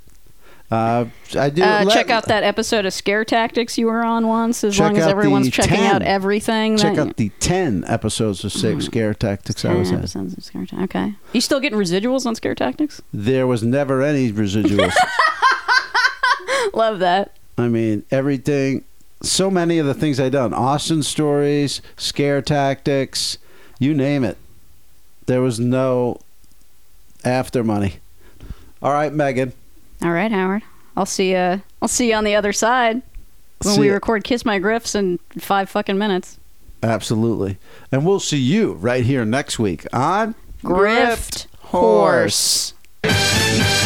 S1: Uh, I do
S2: Uh,
S1: let-
S2: check out that episode of Scare Tactics you were on once. As
S1: Check
S2: long as
S1: out
S2: everyone's
S1: the
S2: checking
S1: 10.
S2: out everything.
S1: check
S2: that,
S1: out the ten episodes of
S2: Mm-hmm.
S1: Six Scare Tactics. I was
S2: Yeah,
S1: at.
S2: episodes of Scare Ta- Okay. You still getting residuals on Scare Tactics?
S1: There was never any residuals.
S2: Love that.
S1: I mean, everything. So many of the things I done, Austin stories, scare tactics, you name it. There was no after money. All right, Megan.
S2: All right, Howard. I'll see you. I'll see you on the other side when
S1: See
S2: we
S1: ya.
S2: record Kiss My Griffs in five fucking minutes.
S1: Absolutely. And we'll see you right here next week on
S2: Grift
S1: Horse.
S2: horse.
S3: Thank